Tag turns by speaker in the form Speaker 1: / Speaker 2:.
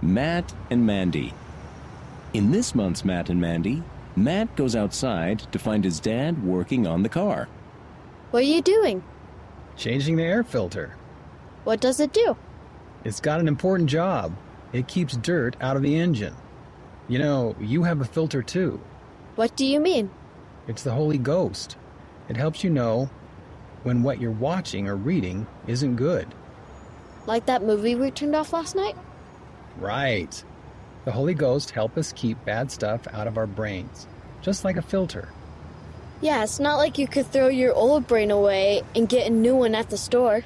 Speaker 1: Matt and Mandy. In this month's Matt and Mandy, Matt goes outside to find his dad working on the car.
Speaker 2: What are you doing?
Speaker 3: Changing the air filter.
Speaker 2: What does it do?
Speaker 3: It's got an important job. It keeps dirt out of the engine. You know, you have a filter too.
Speaker 2: What do you mean?
Speaker 3: It's the Holy Ghost. It helps you know when what you're watching or reading isn't good.
Speaker 2: Like that movie we turned off last night?
Speaker 3: Right. The Holy Ghost helps us keep bad stuff out of our brains, just like a filter.
Speaker 2: Yeah, it's not like you could throw your old brain away and get a new one at the store.